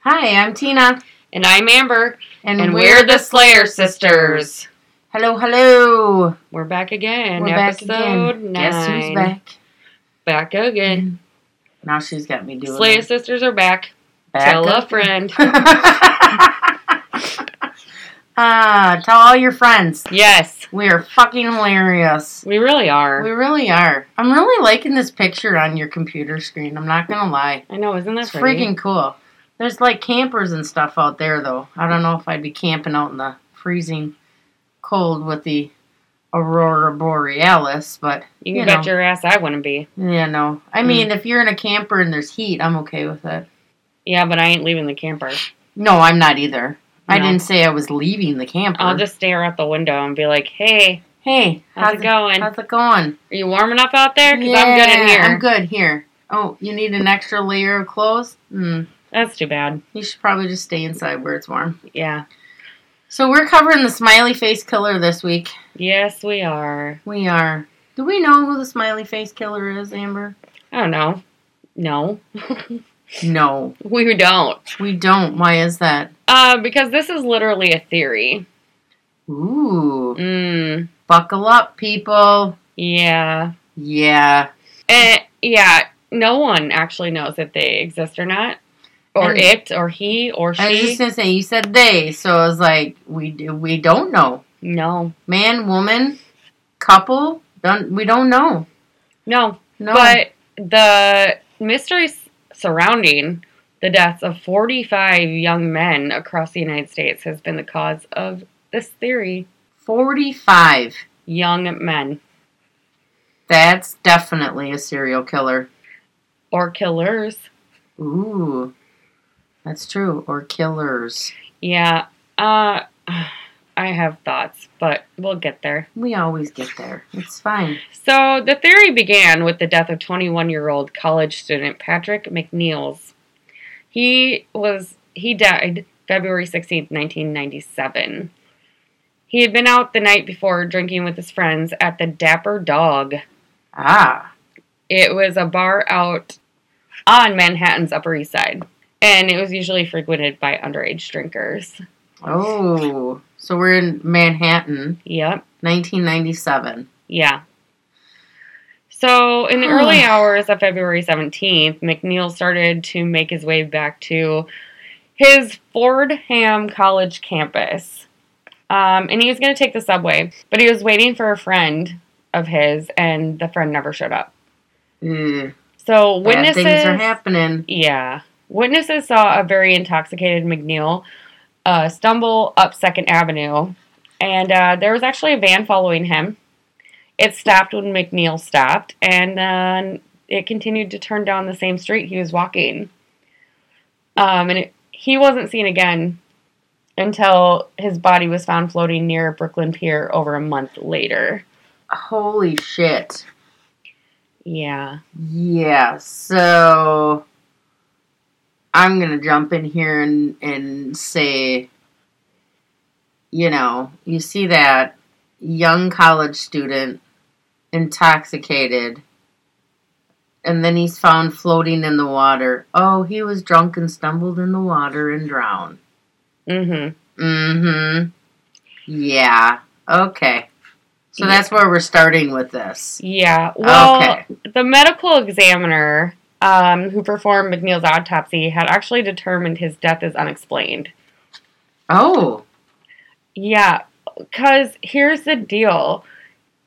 Hi, I'm Tina. And I'm Amber. And, we're, the Slayer Sisters. Hello, hello. We're back again. We're back Episode again. nine. Guess who's back? Back again. Now she's got me doing Slayer it. Sisters are back. Back Tell up. a friend. Ah, tell all your friends. yes, We are fucking hilarious. we really are. We really are. I'm really liking this picture on your computer screen. I'm not gonna lie. I know, isn't that It's pretty? freaking cool. There's like campers and stuff out there though. I don't know if I'd be camping out in the freezing cold with the aurora borealis, but You can you bet know. your ass I wouldn't be. yeah, no. I Mm. mean, if you're in a camper and there's heat, I'm okay with it. Yeah, but I ain't leaving the camper. No, I'm not either. I No. didn't say I was leaving the camper. I'll just stare out the window and be like, hey, hey, how's it going? How's it going? are you warming up out there? Because I'm good in Yeah, here. I'm good here. Oh, you need an extra layer of clothes? Hmm. That's too bad. You should probably just stay inside where it's warm. Yeah. So we're covering the smiley face killer this week. Yes, we are. We are. Do we know who the smiley face killer is, Amber? I don't know. No, No, we don't. we don't. Why is that? Uh, because this is literally a theory. Ooh. Mm, Buckle up, people. yeah. Yeah. Eh, yeah, no one actually knows if they exist or not. Or And- it, or he, or I was she. just gonna say you said they, so I was like, we d- we don't know. no. Man, woman, couple. Don't we don't know. No. No. But the mysteries surrounding the deaths of 45 young men across the United States has been the cause of this theory. Forty-five. Young men, That's definitely a serial killer. or killers. Ooh. That's true. Or killers. Yeah. Uh, I have thoughts, but we'll get there. We always get there. It's fine. So the theory began with the death of 21 year old college student Patrick McNeils. He was he died February 16, 1997. He had been out the night before drinking with his friends at the Dapper Dog. Ah. It was a bar out on Manhattan's Upper East Side, and it was usually frequented by underage drinkers. Oh. So we're in Manhattan, Yep. 1997. Yeah. So, in the early hours of February 17th, McNeil started to make his way back to his Fordham College campus. Um, and he was going to take the subway, but he was waiting for a friend of his, and the friend never showed up. Ugh, So, bad witnesses. things are happening. Yeah. Witnesses saw a very intoxicated McNeil uh, stumble up Second Avenue, and uh, there was actually a van following him. It stopped when McNeil stopped, and then it continued to turn down the same street he was walking. Um, and it, he wasn't seen again until his body was found floating near Brooklyn Pier over a month later. Holy shit. Yeah. Yeah, so I'm gonna jump in here and, and say, you know, you see that young college student intoxicated, and then he's found floating in the water. Oh, he was drunk and stumbled in the water and drowned. Mm Mm-hmm. Yeah. Okay. So Yeah. that's where we're starting with this. hmm. Yeah. Well, okay. The medical examiner um, who performed McNeil's autopsy had actually determined his death is unexplained. Oh. Yeah, because here's the deal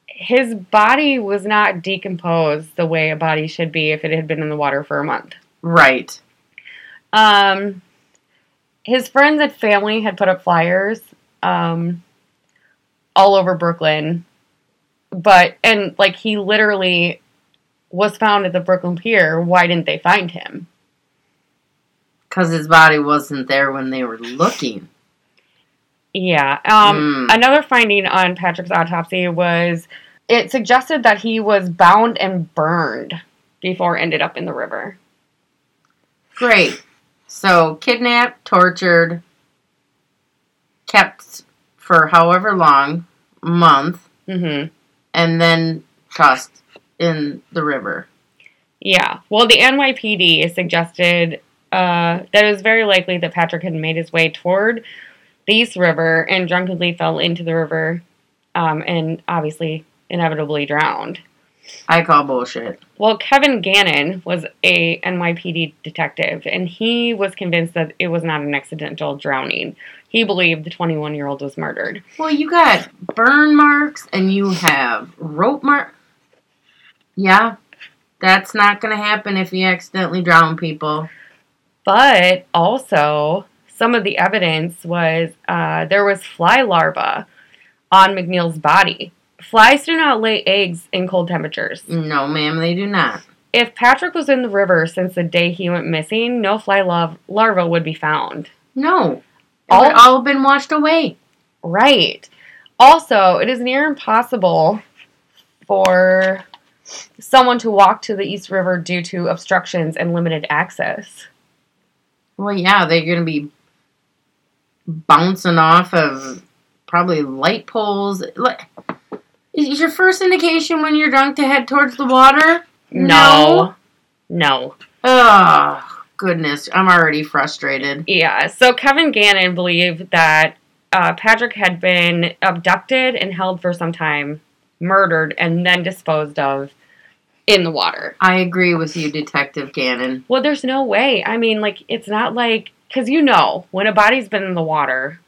his body was not decomposed the way a body should be if it had been in the water for a month. Right. Um, his friends and family had put up flyers um, all over Brooklyn, but and like he literally was found at the Brooklyn Pier. Why didn't they find him? Because his body wasn't there when they were looking. Yeah. Um, Mm. Another finding on Patrick's autopsy was it suggested that he was bound and burned before ended up in the river. Great. So, kidnapped, tortured, kept for however long, month, hmm and then tossed in the river. Yeah. Well, the NYPD suggested uh, that it was very likely that Patrick had made his way toward the East River and drunkenly fell into the river um, and obviously inevitably drowned. I call bullshit. Well, Kevin Gannon was a NYPD detective, and he was convinced that it was not an accidental drowning. He believed the 21 year old was murdered. Well, you got burn marks and you have rope mark. Yeah, that's not going to happen if you accidentally drown people. But also, some of the evidence was uh, there was fly larvae on McNeil's body. Flies do not lay eggs in cold temperatures. No, ma'am, they do not. If Patrick was in the river since the day he went missing, no fly lar- larvae would be found. No. All- All, all been washed away. Right. Also, it is near impossible for someone to walk to the East River due to obstructions and limited access. Well, yeah, they're going to be bouncing off of probably light poles. Like, Is your first indication when you're drunk to head towards the water? No. Oh, goodness. I'm already frustrated. Yeah. So Kevin Gannon believed that uh, Patrick had been abducted and held for some time, murdered, and then disposed of in the water. I agree with you, Detective Gannon. Well, there's no way. I mean, like, it's not like, because you know, when a body's been in the water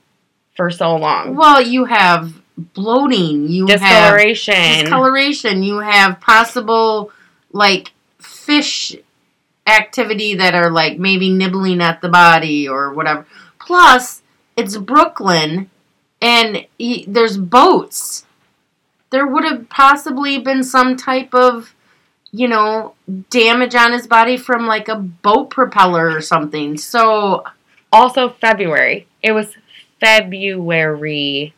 for so long, Well, you have bloating, you have discoloration. discoloration, you have possible like fish activity that are like maybe nibbling at the body or whatever. Plus, it's Brooklyn and y- there's boats. There would have possibly been some type of you know, damage on his body from like a boat propeller or something. So, also, February. It was February.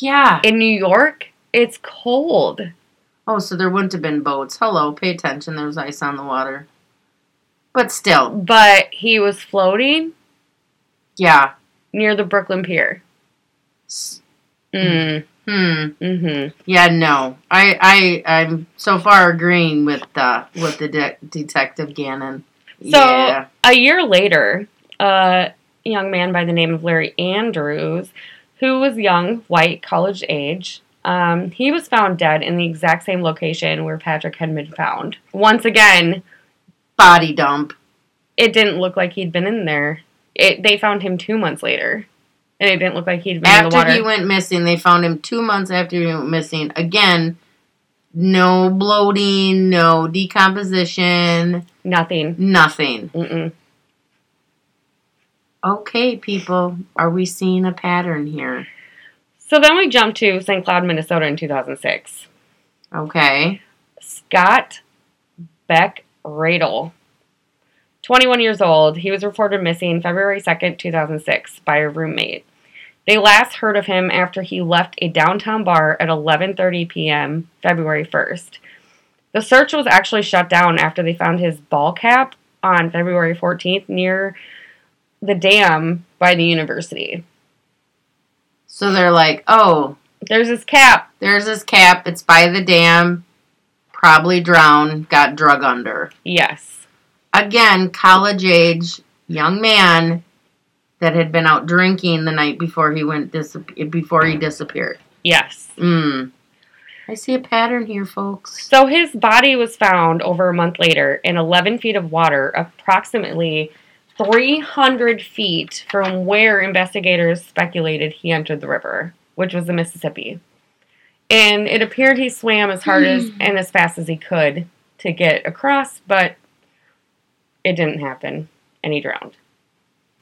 yeah. In New York, it's cold. Oh, so there wouldn't have been boats. Hello, pay attention. There's ice on the water. But still, But he was floating yeah. near the Brooklyn Pier. S- Mm. Hmm. hmm Yeah. No. I. I. I'm so far agreeing with uh with the de- detective Gannon. So- yeah. A year later, a young man by the name of Larry Andrews, who was young, white, college age, um, he was found dead in the exact same location where Patrick had been found. Once again, Body dump. it didn't look like he'd been in there. It, they found him two months later, and it didn't look like he'd been in After the water. he went missing, they found him two months after he went missing. Again, no bloating, no decomposition, Nothing. nothing. Mm-mm. Okay, people, are we seeing a pattern here? So then we jumped to St. Cloud, Minnesota in 2006. Okay. Scott Beck Radel. 21 years old, he was reported missing February 2nd, 2006 by a roommate. They last heard of him after he left a downtown bar at 11:30 p.m. February 1st. The search was actually shut down after they found his ball cap on February 14th near the dam by the university. So they're like, oh, There's his cap. There's his cap. It's by the dam. Probably drowned. Got drug under. Yes. Again, college age young man that had been out drinking the night before he went disap- before he disappeared. Yes. Mm. I see a pattern here, folks. So his body was found over a month later in 11 feet of water, approximately 300 feet from where investigators speculated he entered the river, which was the Mississippi. And it appeared he swam as hard as and as fast as he could to get across, but it didn't happen, and he drowned.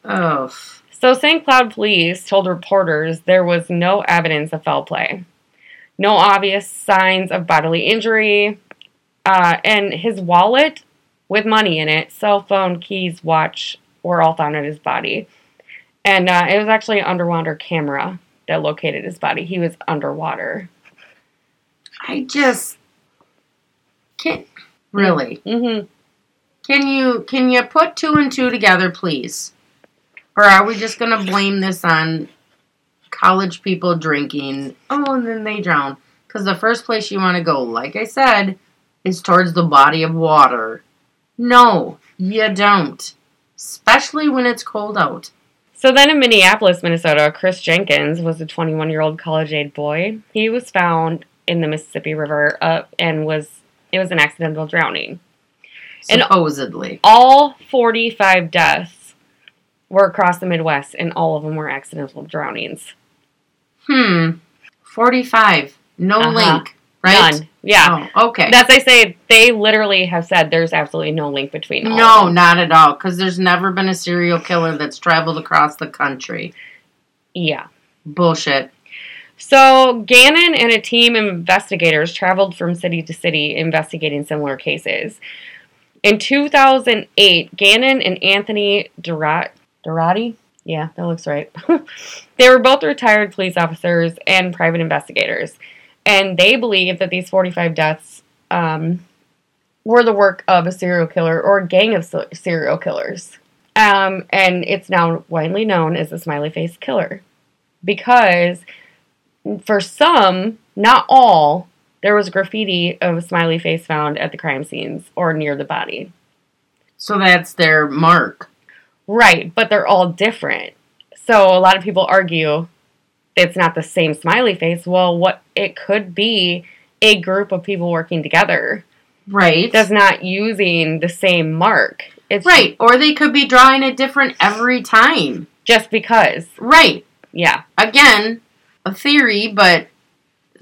Oh, f- So, St. Cloud police told reporters there was no evidence of foul play, no obvious signs of bodily injury, uh, and his wallet with money in it, cell phone, keys, watch were all found in his body. And uh, it was actually an underwater camera that located his body. He was underwater. I just can't. Really? Mm-hmm. Can you can you put two and two together, please? Or are we just gonna blame this on college people drinking? Oh, and then they drown. Because the first place you want to go, like I said, is towards the body of water. No, you don't. especially when it's cold out. So then in Minneapolis, Minnesota, Chris Jenkins was a 21 year old college aid boy. He was found in the Mississippi River uh, and was it was an accidental drowning. And- Supposedly. All 45 deaths were across the Midwest, and all of them were accidental drownings. hmm. 45. No Uh-huh. link, right? None. Yeah. Oh, okay. That's I say they literally have said there's absolutely no link between. all of no, them. not at all. Because there's never been a serial killer that's traveled across the country. Yeah. Bullshit. So Gannon and a team of investigators traveled from city to city investigating similar cases. In 2008, Gannon and Anthony Dorati, Dorati? Yeah, that looks right. they were both retired police officers and private investigators, and they believe that these 45 deaths um, were the work of a serial killer or a gang of se- serial killers. Um, and it's now widely known as the smiley face killer because for some, not all, there was graffiti of a smiley face found at the crime scenes or near the body. So that's their mark. Right, but they're all different. So a lot of people argue it's not the same smiley face. Well, what it could be a group of people working together Right. that's not using the same mark. It's right. Or they could be drawing it different every time. just because. Right. Yeah. Again, a theory, but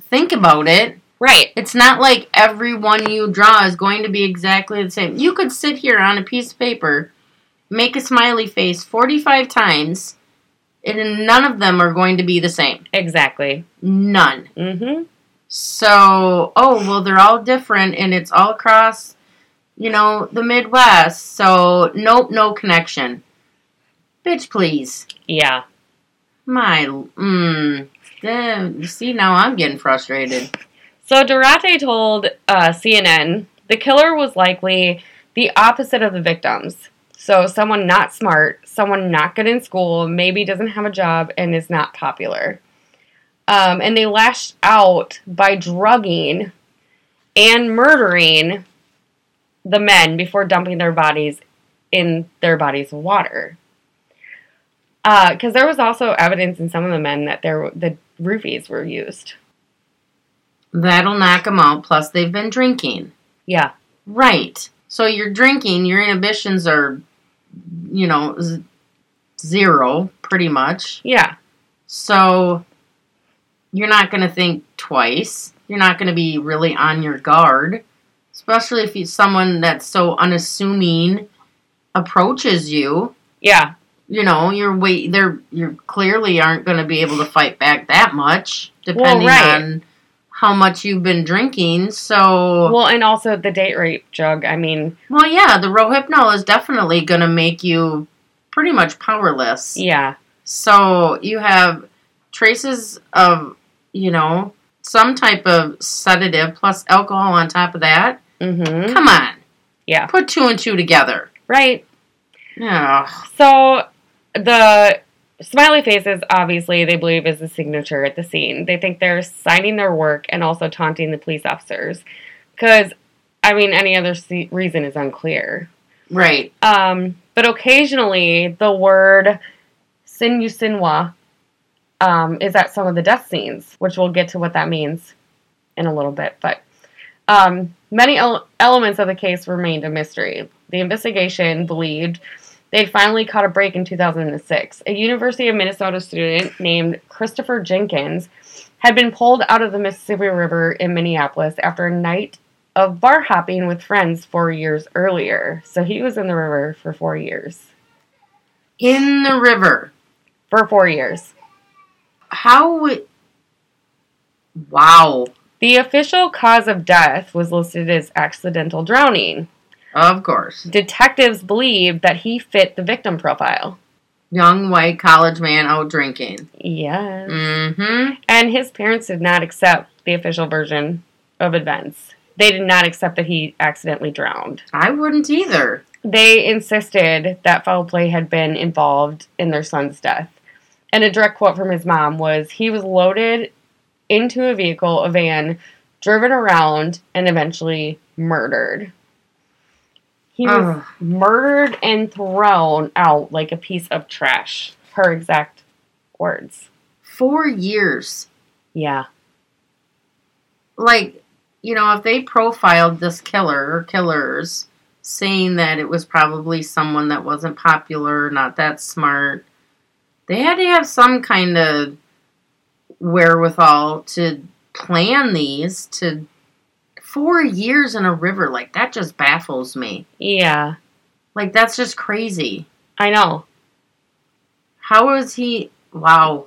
think about it. Right. It's not like every one you draw is going to be exactly the same. You could sit here on a piece of paper, make a smiley face 45 times, and none of them are going to be the same. Exactly. None. Mhm. So, oh, well, they're all different and it's all across, you know, the Midwest. So, nope, no connection. Bitch, please. Yeah. My, mm, eh, see, now I'm getting frustrated. So Durate told uh, CNN the killer was likely the opposite of the victims. So someone not smart, someone not good in school, maybe doesn't have a job and is not popular. Um, and they lashed out by drugging and murdering the men before dumping their bodies in their bodies of water. Because there was also evidence in some of the men that there were- the roofies were used. That'll knock them out, plus, they've been drinking. Yeah. Right. So you're drinking, your inhibitions are, you know, z- zero pretty much. Yeah. So you're not going to think twice. You're not going to be really on your guard, especially if you, someone that's so unassuming approaches you. Yeah. You know, you're wait. They're you clearly aren't going to be able to fight back that much, depending right. on how much you've been drinking. So Well, and also the date rape drug. I mean, Well, yeah, the Rohypnol is definitely going to make you pretty much powerless. yeah, So you have traces of, you know, some type of sedative plus alcohol on top of that. mm-hmm. Come on. Yeah. Put two and two together. right. Yeah. So the smiley faces, obviously, they believe is the signature at the scene. They think they're signing their work and also taunting the police officers, because I mean, any other se- reason is unclear. Right. Um, but occasionally, the word sinusinwa um, is at some of the death scenes, which we'll get to what that means in a little bit. But um, many el- elements of the case remained a mystery. The investigation believed they finally caught a break in 2006. A University of Minnesota student named Christopher Jenkins had been pulled out of the Mississippi River in Minneapolis after a night of bar hopping with friends four years earlier. So he was in the river for four years. In the river. For four years. How would. Wow. The official cause of death was listed as accidental drowning. Of course. Detectives believed that he fit the victim profile. Young white college man out drinking. Yes. Mm hmm. And his parents did not accept the official version of events. They did not accept that he accidentally drowned. I wouldn't either. They insisted that foul play had been involved in their son's death. And a direct quote from his mom was he was loaded into a vehicle, a van, driven around, and eventually murdered. He was Ugh. murdered and thrown out like a piece of trash. Her exact words. Four years. Yeah. Like, you know, if they profiled this killer or killers, saying that it was probably someone that wasn't popular, not that smart, they had to have some kind of wherewithal to plan these to four years in a river. Like, that just baffles me. Yeah. Like, that's just crazy. I know. How is he? Wow.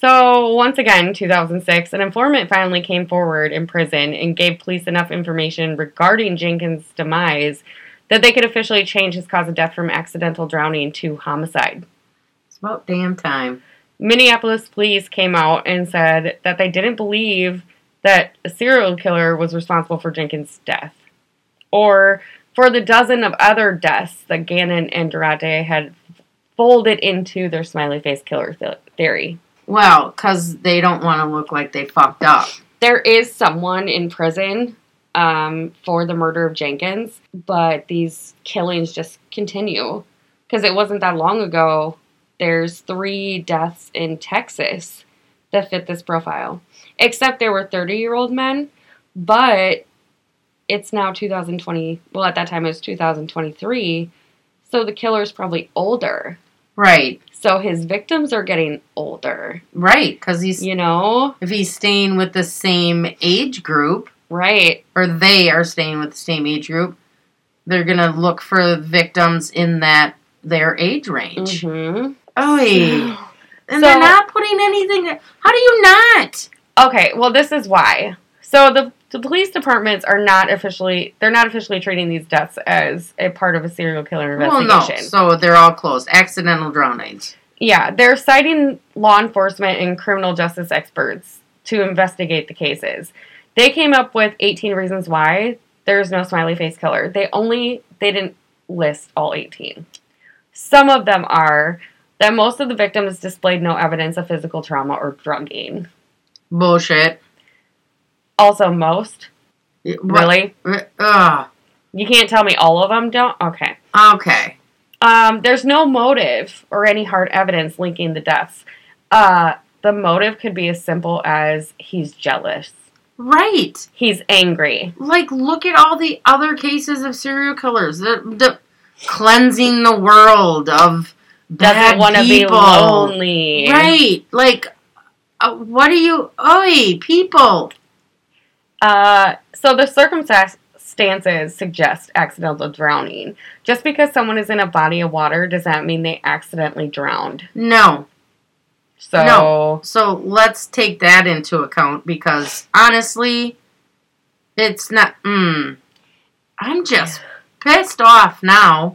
So, once again, 2006, an informant finally came forward in prison and gave police enough information regarding Jenkins' demise that they could officially change his cause of death from accidental drowning to homicide. It's about damn time. Minneapolis police came out and said that they didn't believe that a serial killer was responsible for Jenkins' death or for the dozen of other deaths that Gannon and Durate had folded into their smiley face killer th- theory. Well, because they don't want to look like they fucked up. there is someone in prison um, for the murder of Jenkins, but these killings just continue because it wasn't that long ago. There's three deaths in Texas that fit this profile, except they were 30 year old men, but it's now 2020. Well, at that time it was 2023, so the killer's probably older. Right, So his victims are getting older, right. Because he's you know? if he's staying with the same age group, Right. or they are staying with the same age group, they're gonna look for victims in that their age range. hmm Oh, and So- they're not putting anything. How do you not? Okay, well, this is why. So the the police departments are not officially they're not officially treating these deaths as a part of a serial killer Well, investigation. no. So they're all closed. Accidental drownings. Yeah, they're citing law enforcement and criminal justice experts to investigate the cases. They came up with 18 reasons why there's no smiley face killer. They only they didn't list all 18. Some of them are that most of the victims displayed no evidence of physical trauma or drugging. Bullshit. Also, most It- what- really Ugh. You can't tell me all of them don't? Okay. Okay. Um, there's no motive or any hard evidence linking the deaths. Uh, the motive could be as simple as he's jealous, Right. he's angry. like look at all the other cases of serial killers the, the cleansing the world of bad Doesn't want to be people lonely. right like uh, what are you oi people Uh, so the circumstances suggest accidental drowning. Just because someone is in a body of water, does that mean they accidentally drowned? no So No. so let's take that into account because honestly it's not mm, i'm just pissed off now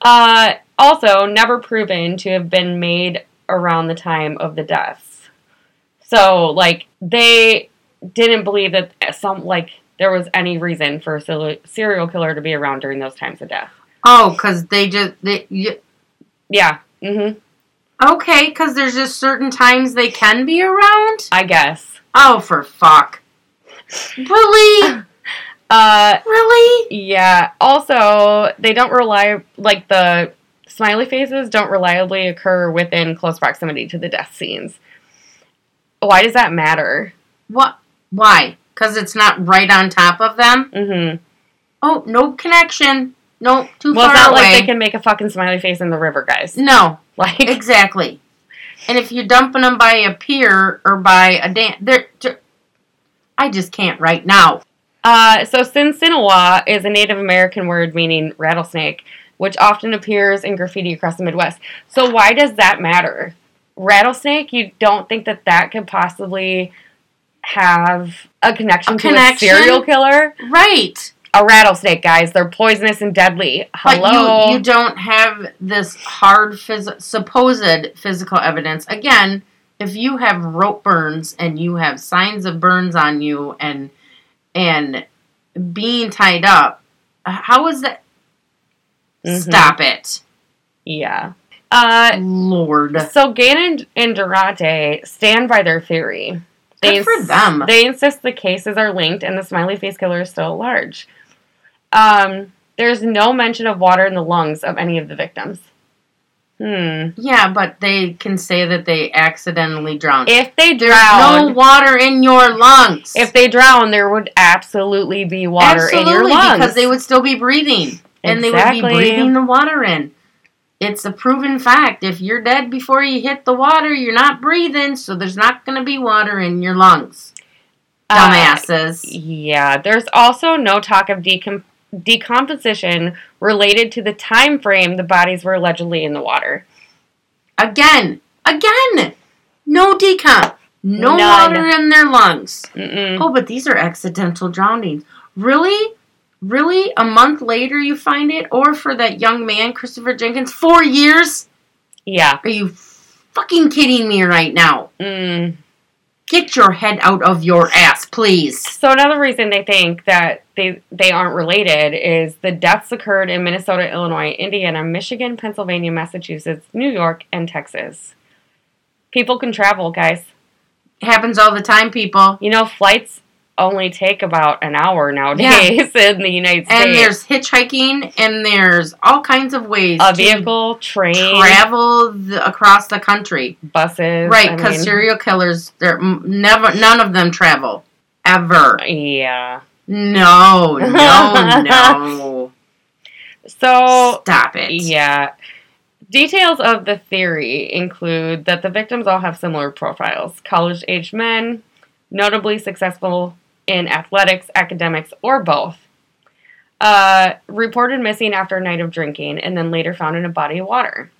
Uh, also, never proven to have been made around the time of the deaths. So, like, they didn't believe that some, like, there was any reason for a sel- serial killer to be around during those times of death. oh because they just they y Yeah. Mm hmm. okay because there's just certain times they can be around I guess. Oh, for fuck. Really? Uh, really? yeah. Also, they don't rely, like, the smiley faces don't reliably occur within close proximity to the death scenes. Why does that matter? What? Why? Because it's not right on top of them? Mm hmm. Oh, no connection. No, too Well, far it's not away. like they can make a fucking smiley face in the river, guys. No, Like, exactly. And if you're dumping them by a pier or by a dam, they're. ju- I just can't right now. uh, so Sinsinawa is a Native American word meaning rattlesnake, which often appears in graffiti across the Midwest. So why does that matter? Rattlesnake, you don't think that that could possibly have a connection A to connection? a serial killer? Right. A rattlesnake, guys, they're poisonous and deadly. But Hello. you, you don't have this hard phys- supposed physical evidence. Again, if you have rope burns and you have signs of burns on you and and being tied up, how is that? Mhm. Stop it, Yeah. Uh, Lord. So Gannon and Durante stand by their theory. Good for them. They insist the cases are linked and the smiley face killer is still at large. Um, There's no mention of water in the lungs of any of the victims. Hmm. Yeah, but they can say that they accidentally drowned. If they There's drowned, no water in your lungs. if they drown, there would absolutely be water Absolutely, in your lungs because they would still be breathing, and they would be Exactly. breathing the water in. It's a proven fact. If you're dead before you hit the water, you're not breathing, so there's not going to be water in your lungs. Uh, Dumbasses. Yeah, there's also no talk of decom- decomposition related to the time frame the bodies were allegedly in the water. again, again, no decomp, no None. water in their lungs. Mm-mm. Oh, but these are accidental drownings. Really? Really? A month later you find it? Or for that young man, Christopher Jenkins, four years? Yeah. Are you fucking kidding me right now? Mm. Get your head out of your ass, please. So another reason they think that they they aren't related is the deaths occurred in Minnesota, Illinois, Indiana, Michigan, Pennsylvania, Massachusetts, New York, and Texas. People can travel, guys. It happens all the time, people. You know, flights only take about an hour nowadays in the United States. And there's hitchhiking, and there's all kinds of ways a to vehicle, train, travel the, across the country. buses. Right, I because mean, serial killers, they're m- never, none of them travel ever. Yeah. No, no, no. So, Stop it. Oh, yeah. Details of the theory include that the victims all have similar profiles college aged men, notably successful in athletics, academics, or both. Uh, reported missing after a night of drinking and then later found in a body of water.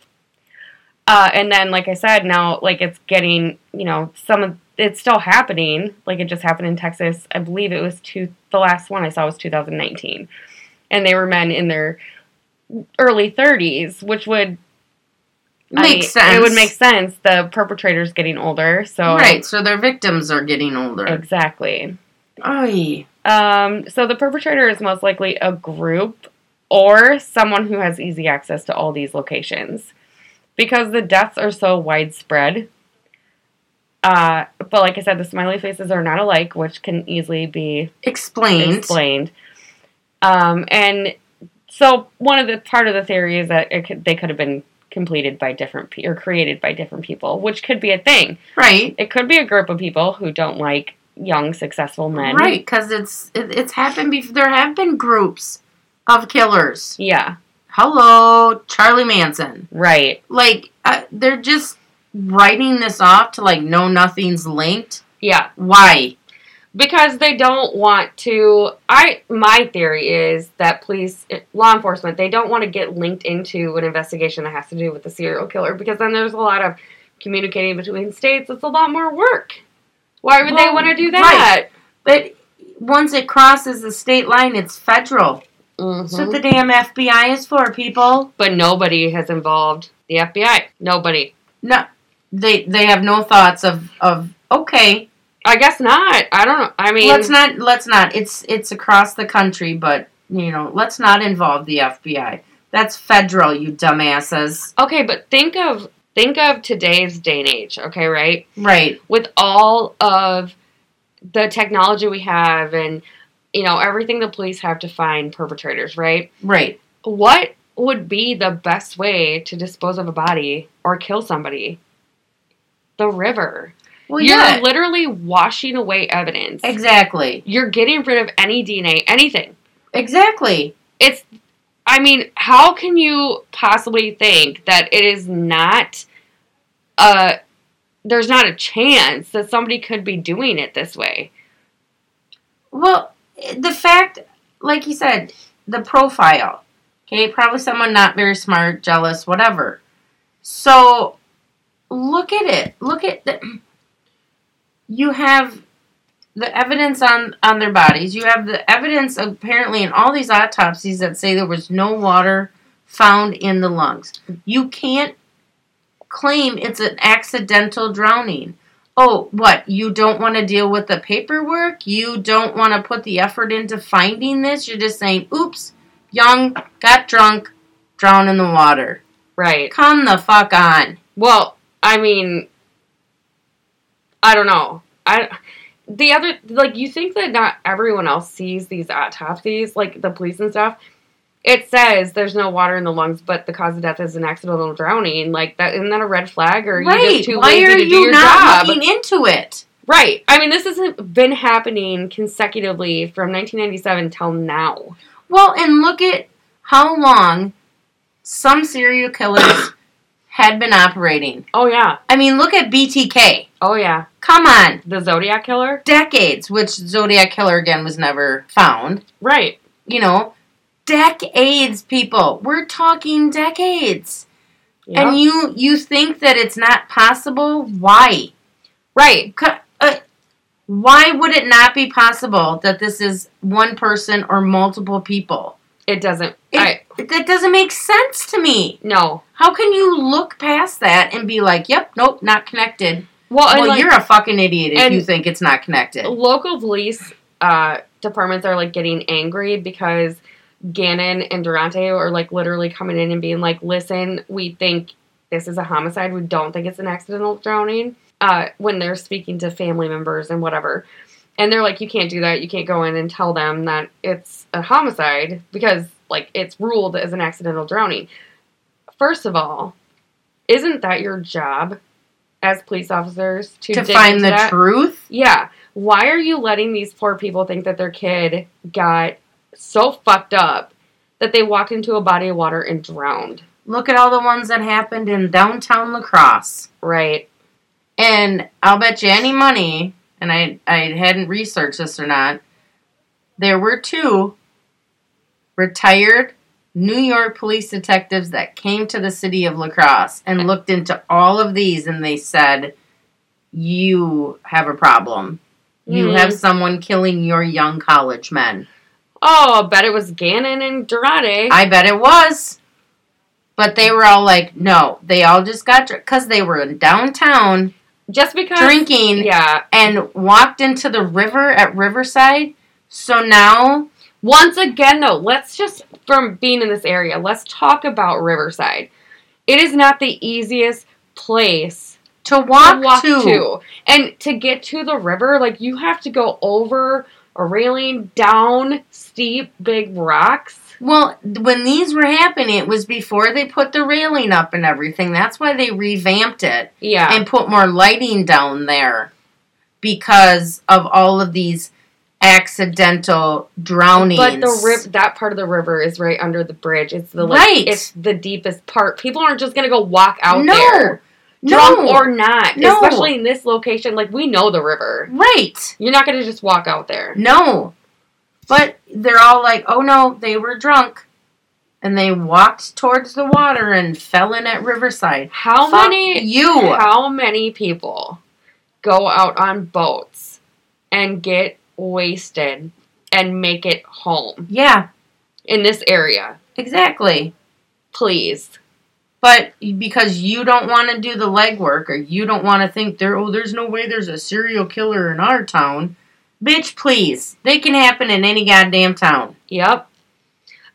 Uh, and then, like I said, now, like, it's getting, you know, some of it's still happening. Like, it just happened in Texas. I believe it was two, the last one I saw was 2019. And they were men in their early 30s, which would I mean, Makes sense. It would make sense. The perpetrator's getting older, so Right, so their victims are getting older. exactly. Oy. Um, so the perpetrator is most likely a group or someone who has easy access to all these locations, because the deaths are so widespread. Uh, but like I said, the smiley faces are not alike, which can easily be Explained. explained. Um, and so one of the part of the theory is that it could, they could have been completed by different pe- or created by different people, which could be a thing. Right. It could be a group of people who don't like young, successful men. Right, because it's it, it's happened before. There have been groups of killers. Yeah. Hello, Charlie Manson. Right. Like uh, they're just writing this off to like no nothing's linked. Yeah. Why? Because they don't want to. I my theory is that police, law enforcement, they don't want to get linked into an investigation that has to do with the serial killer because then there's a lot of communicating between states. It's a lot more work. Why would they Well, want to do that? But once it crosses the state line, it's federal. That's So what the- the damn FBI is for, people. but nobody has involved the FBI. Nobody. No, they they have no thoughts of of okay. I guess not. I don't know. I mean, let's not let's not. It's it's across the country, but you know, let's not involve the FBI. That's federal, you dumbasses. okay, but think of think of today's day and age. Okay, right? Right. with all of the technology we have and you know everything the police have to find perpetrators right Right. what would be the best way to dispose of a body or kill somebody the river Well, you're yeah. literally washing away evidence Exactly. you're getting rid of any dna anything Exactly. it's i mean how can you possibly think that it is not uh there's not a chance that somebody could be doing it this way Well, the fact, like you said, the profile. Okay, probably someone not very smart, jealous, whatever. So, look at it. Look at the. You have the evidence on on their bodies. You have the evidence apparently in all these autopsies that say there was no water found in the lungs. You can't claim it's an accidental drowning. Oh, what? You don't want to deal with the paperwork? You don't want to put the effort into finding this? You're just saying, oops, young, got drunk, drowned in the water. Right. Come the fuck on. Well, I mean, I don't know. I the other like you think that not everyone else sees these autopsies, like the police and stuff, it says there's no water in the lungs, but the cause of death is an accidental drowning. Like that isn't that a red flag? Or are you Right. just too Why lazy are to do you your not job? looking into it? Right. I mean, this has been happening consecutively from 1997 till now. Well, and look at how long some serial killers had been operating. Oh yeah. I mean, look at BTK. Oh yeah. Come on. The Zodiac killer. Decades, which Zodiac Killer again was never found. Right. You know, decades, people. We're talking decades. Yeah. And you you think that it's not possible? Why? right. Co- uh, why would it not be possible that this is one person or multiple people? It doesn't. It, I that doesn't make sense to me. no. How can you look past that and be like, "Yep, nope, not connected"? Well, and well, like, you're a fucking idiot if and- Oh, you think it's not connected. local police uh, departments are like getting angry because Gannon and Durante are like literally coming in and being like, "Listen, we think this is a homicide. We don't think it's an accidental drowning." Uh, when they're speaking to family members and whatever, and they're like, "You can't do that. You can't go in and tell them that it's a homicide because like it's ruled as an accidental drowning." First of all, isn't that your job as police officers to, To dig find into the that? truth, Yeah. Why are you letting these poor people think that their kid got so fucked up that they walked into a body of water and drowned? look at all the ones that happened in downtown Lacrosse. Right. And I'll bet you any money, and I, I hadn't researched this or not, there were two retired New York police detectives that came to the city of La Crosse and looked into all of these and they said, You have a problem. You Mm. have someone killing your young college men. Oh, I bet it was Gannon and Durante. I bet it was. But they were all like, no, they all just got because they were in downtown Just because. drinking Yeah. and walked into the river at Riverside. So now, Once again, though, let's just, from being in this area, let's talk about Riverside. It is not the easiest place to walk, to walk to, to. And to get to the river, like you have to go over a railing, down steep, big rocks. Well, when these were happening, it was before they put the railing up and everything. That's why they revamped it Yeah. and put more lighting down there because of all of these accidental drownings. but the rip that part of the river is right under the bridge. It's the like, Right. It's the deepest part. People aren't just gonna go walk out no, there, drunk no, or not. No. Especially in this location, like we know the river. right? You're not gonna just walk out there. No. But they're all like, oh no, they were drunk. And they walked towards the water and fell in at Riverside. How Fuck many? you. How many people go out on boats and get wasted and make it home Yeah, in this area? exactly. Please. But because you don't want to do the legwork or you don't want to think there, oh, there's no way there's a serial killer in our town. Bitch, please. They can happen in any goddamn town. Yep.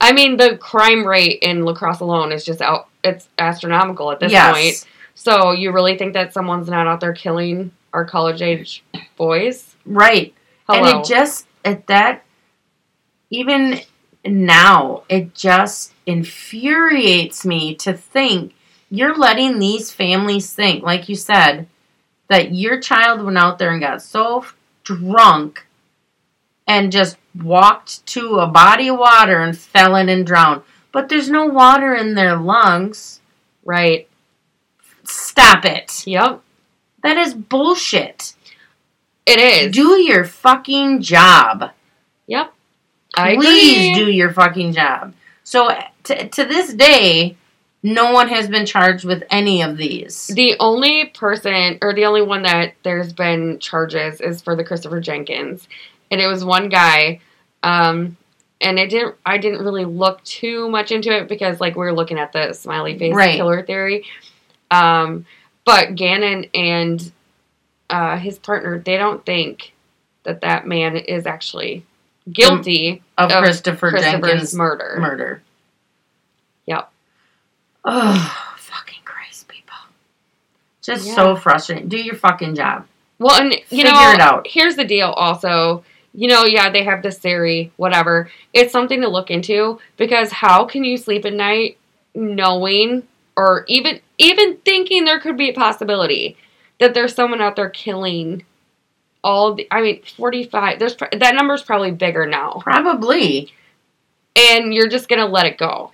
I mean, the crime rate in lacrosse alone is just out. It's astronomical at this point. So you really think that someone's not out there killing our college age boys? Right. Hello. And it just at that even now, it just infuriates me to think you're letting these families think, like you said, that your child went out there and got so f- drunk and just walked to a body of water and fell in and drowned. But there's no water in their lungs. right. Stop it. Yep. That is bullshit. It is. Do your fucking job. yep. I please agree. do your fucking job. So t- to this day, no one has been charged with any of these. The only person, or the only one that there's been charges is for the Christopher Jenkins, and it was one guy. Um, and it didn't. I didn't really look too much into it because, like, we were looking at the smiley face Right. killer theory. Um, but Gannon and uh, his partner, they don't think that that man is actually guilty Of, Of Christopher, of Christopher's Jenkins' murder. murder. Yep. Oh, fucking Christ, people. Just so frustrating. Do your fucking job. Well, and you Figure know, it out. here's the deal. Also, you know, yeah, they have this theory, whatever. It's something to look into because how can you sleep at night knowing or even even thinking there could be a possibility that there's someone out there killing all the I mean 45 there's pr- that number's probably bigger now Probably. and you're just going to let it go.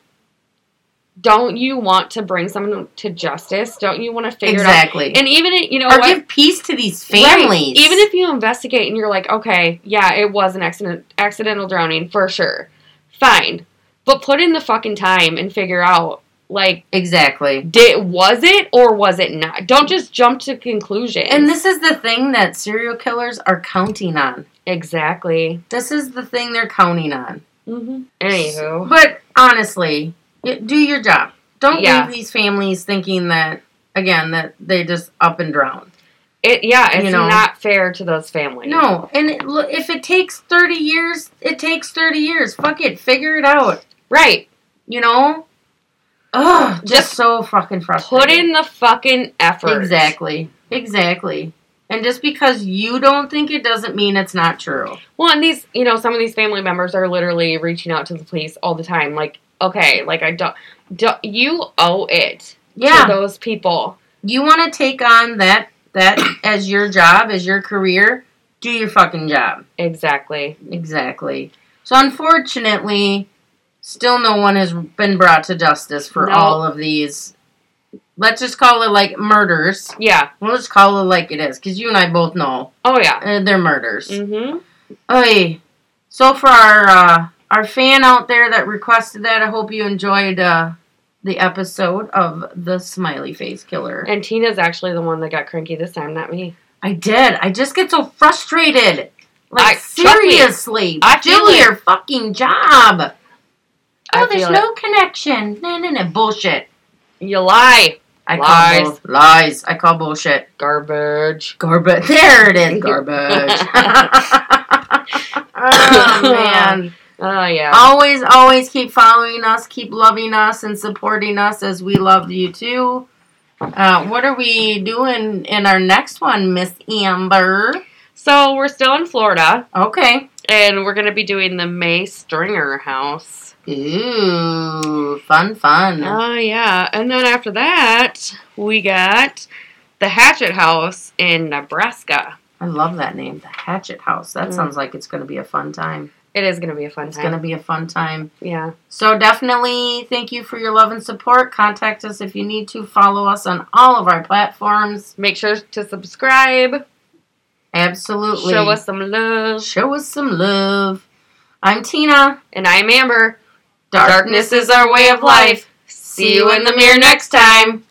Don't you want to bring someone to justice? Don't you want to figure Exactly. it out? And even it- you know or what? give peace to these Right. families. Even if you investigate and you're like, okay, yeah, it was an accident, accidental drowning for sure. Fine, but put in the fucking time and figure out like, exactly. did was it or was it not? Don't just jump to conclusions. And this is the thing that serial killers are counting on. exactly. This is the thing they're counting on. Mm-hmm. Anywho, But honestly, y- do your job. Don't Yeah. leave these families thinking that again that they just up and drown. it yeah, it's You know. not fair to those families. No, and it, look, if it takes thirty years, it takes thirty years. Fuck it, figure it out. right. You know. Ugh, just, Just so fucking frustrating. Put in the fucking effort. exactly, exactly. And just because you don't think it doesn't mean it's not true. Well, and these, you know, some of these family members are literally reaching out to the police all the time. Like, okay, like I don't, don't you owe it to Yeah, those people. you want to take on that that as your job, as your career. Do your fucking job. Exactly. Exactly. So unfortunately, still no one has been brought to justice for No. all of these. Let's just call it like murders. Yeah. We'll just call it like it is, because you and I both know Oh yeah. uh, they're murders. Mm-hmm. Oy. So for our uh, our fan out there that requested that, I hope you enjoyed uh, the episode of the Smiley Face Killer. And Tina's actually the one that got cranky this time, not me. I did. I just get so frustrated. Like I- trust me. seriously, I feel do it. your fucking job. I Oh, there's feel no connection. No, no, no. Bullshit. it. You lie. I Lies. call bull- lies. I call bullshit. Garbage. Garbage. There it is. Garbage. oh man. Oh yeah. Always, always keep following us, keep loving us, and supporting us as we love you too. Uh, what are we doing in our next one, Miss Amber? So we're still in Florida, Okay. and we're gonna be doing the May Stringer House. Ooh, fun, fun. Oh yeah. And then after that, we got the Hatchet House in Nebraska. I love that name, the Hatchet House. That Mm. sounds like it's going to be a fun time. It is gonna be a fun It's time. going to be a fun time. yeah. So definitely thank you for your love and support. Contact us if you need to. Follow us on all of our platforms. Make sure to subscribe. Absolutely. Show us some love. show us some love. I'm Tina. And I'm Amber. Darkness is our way of life. See you in the mirror next time.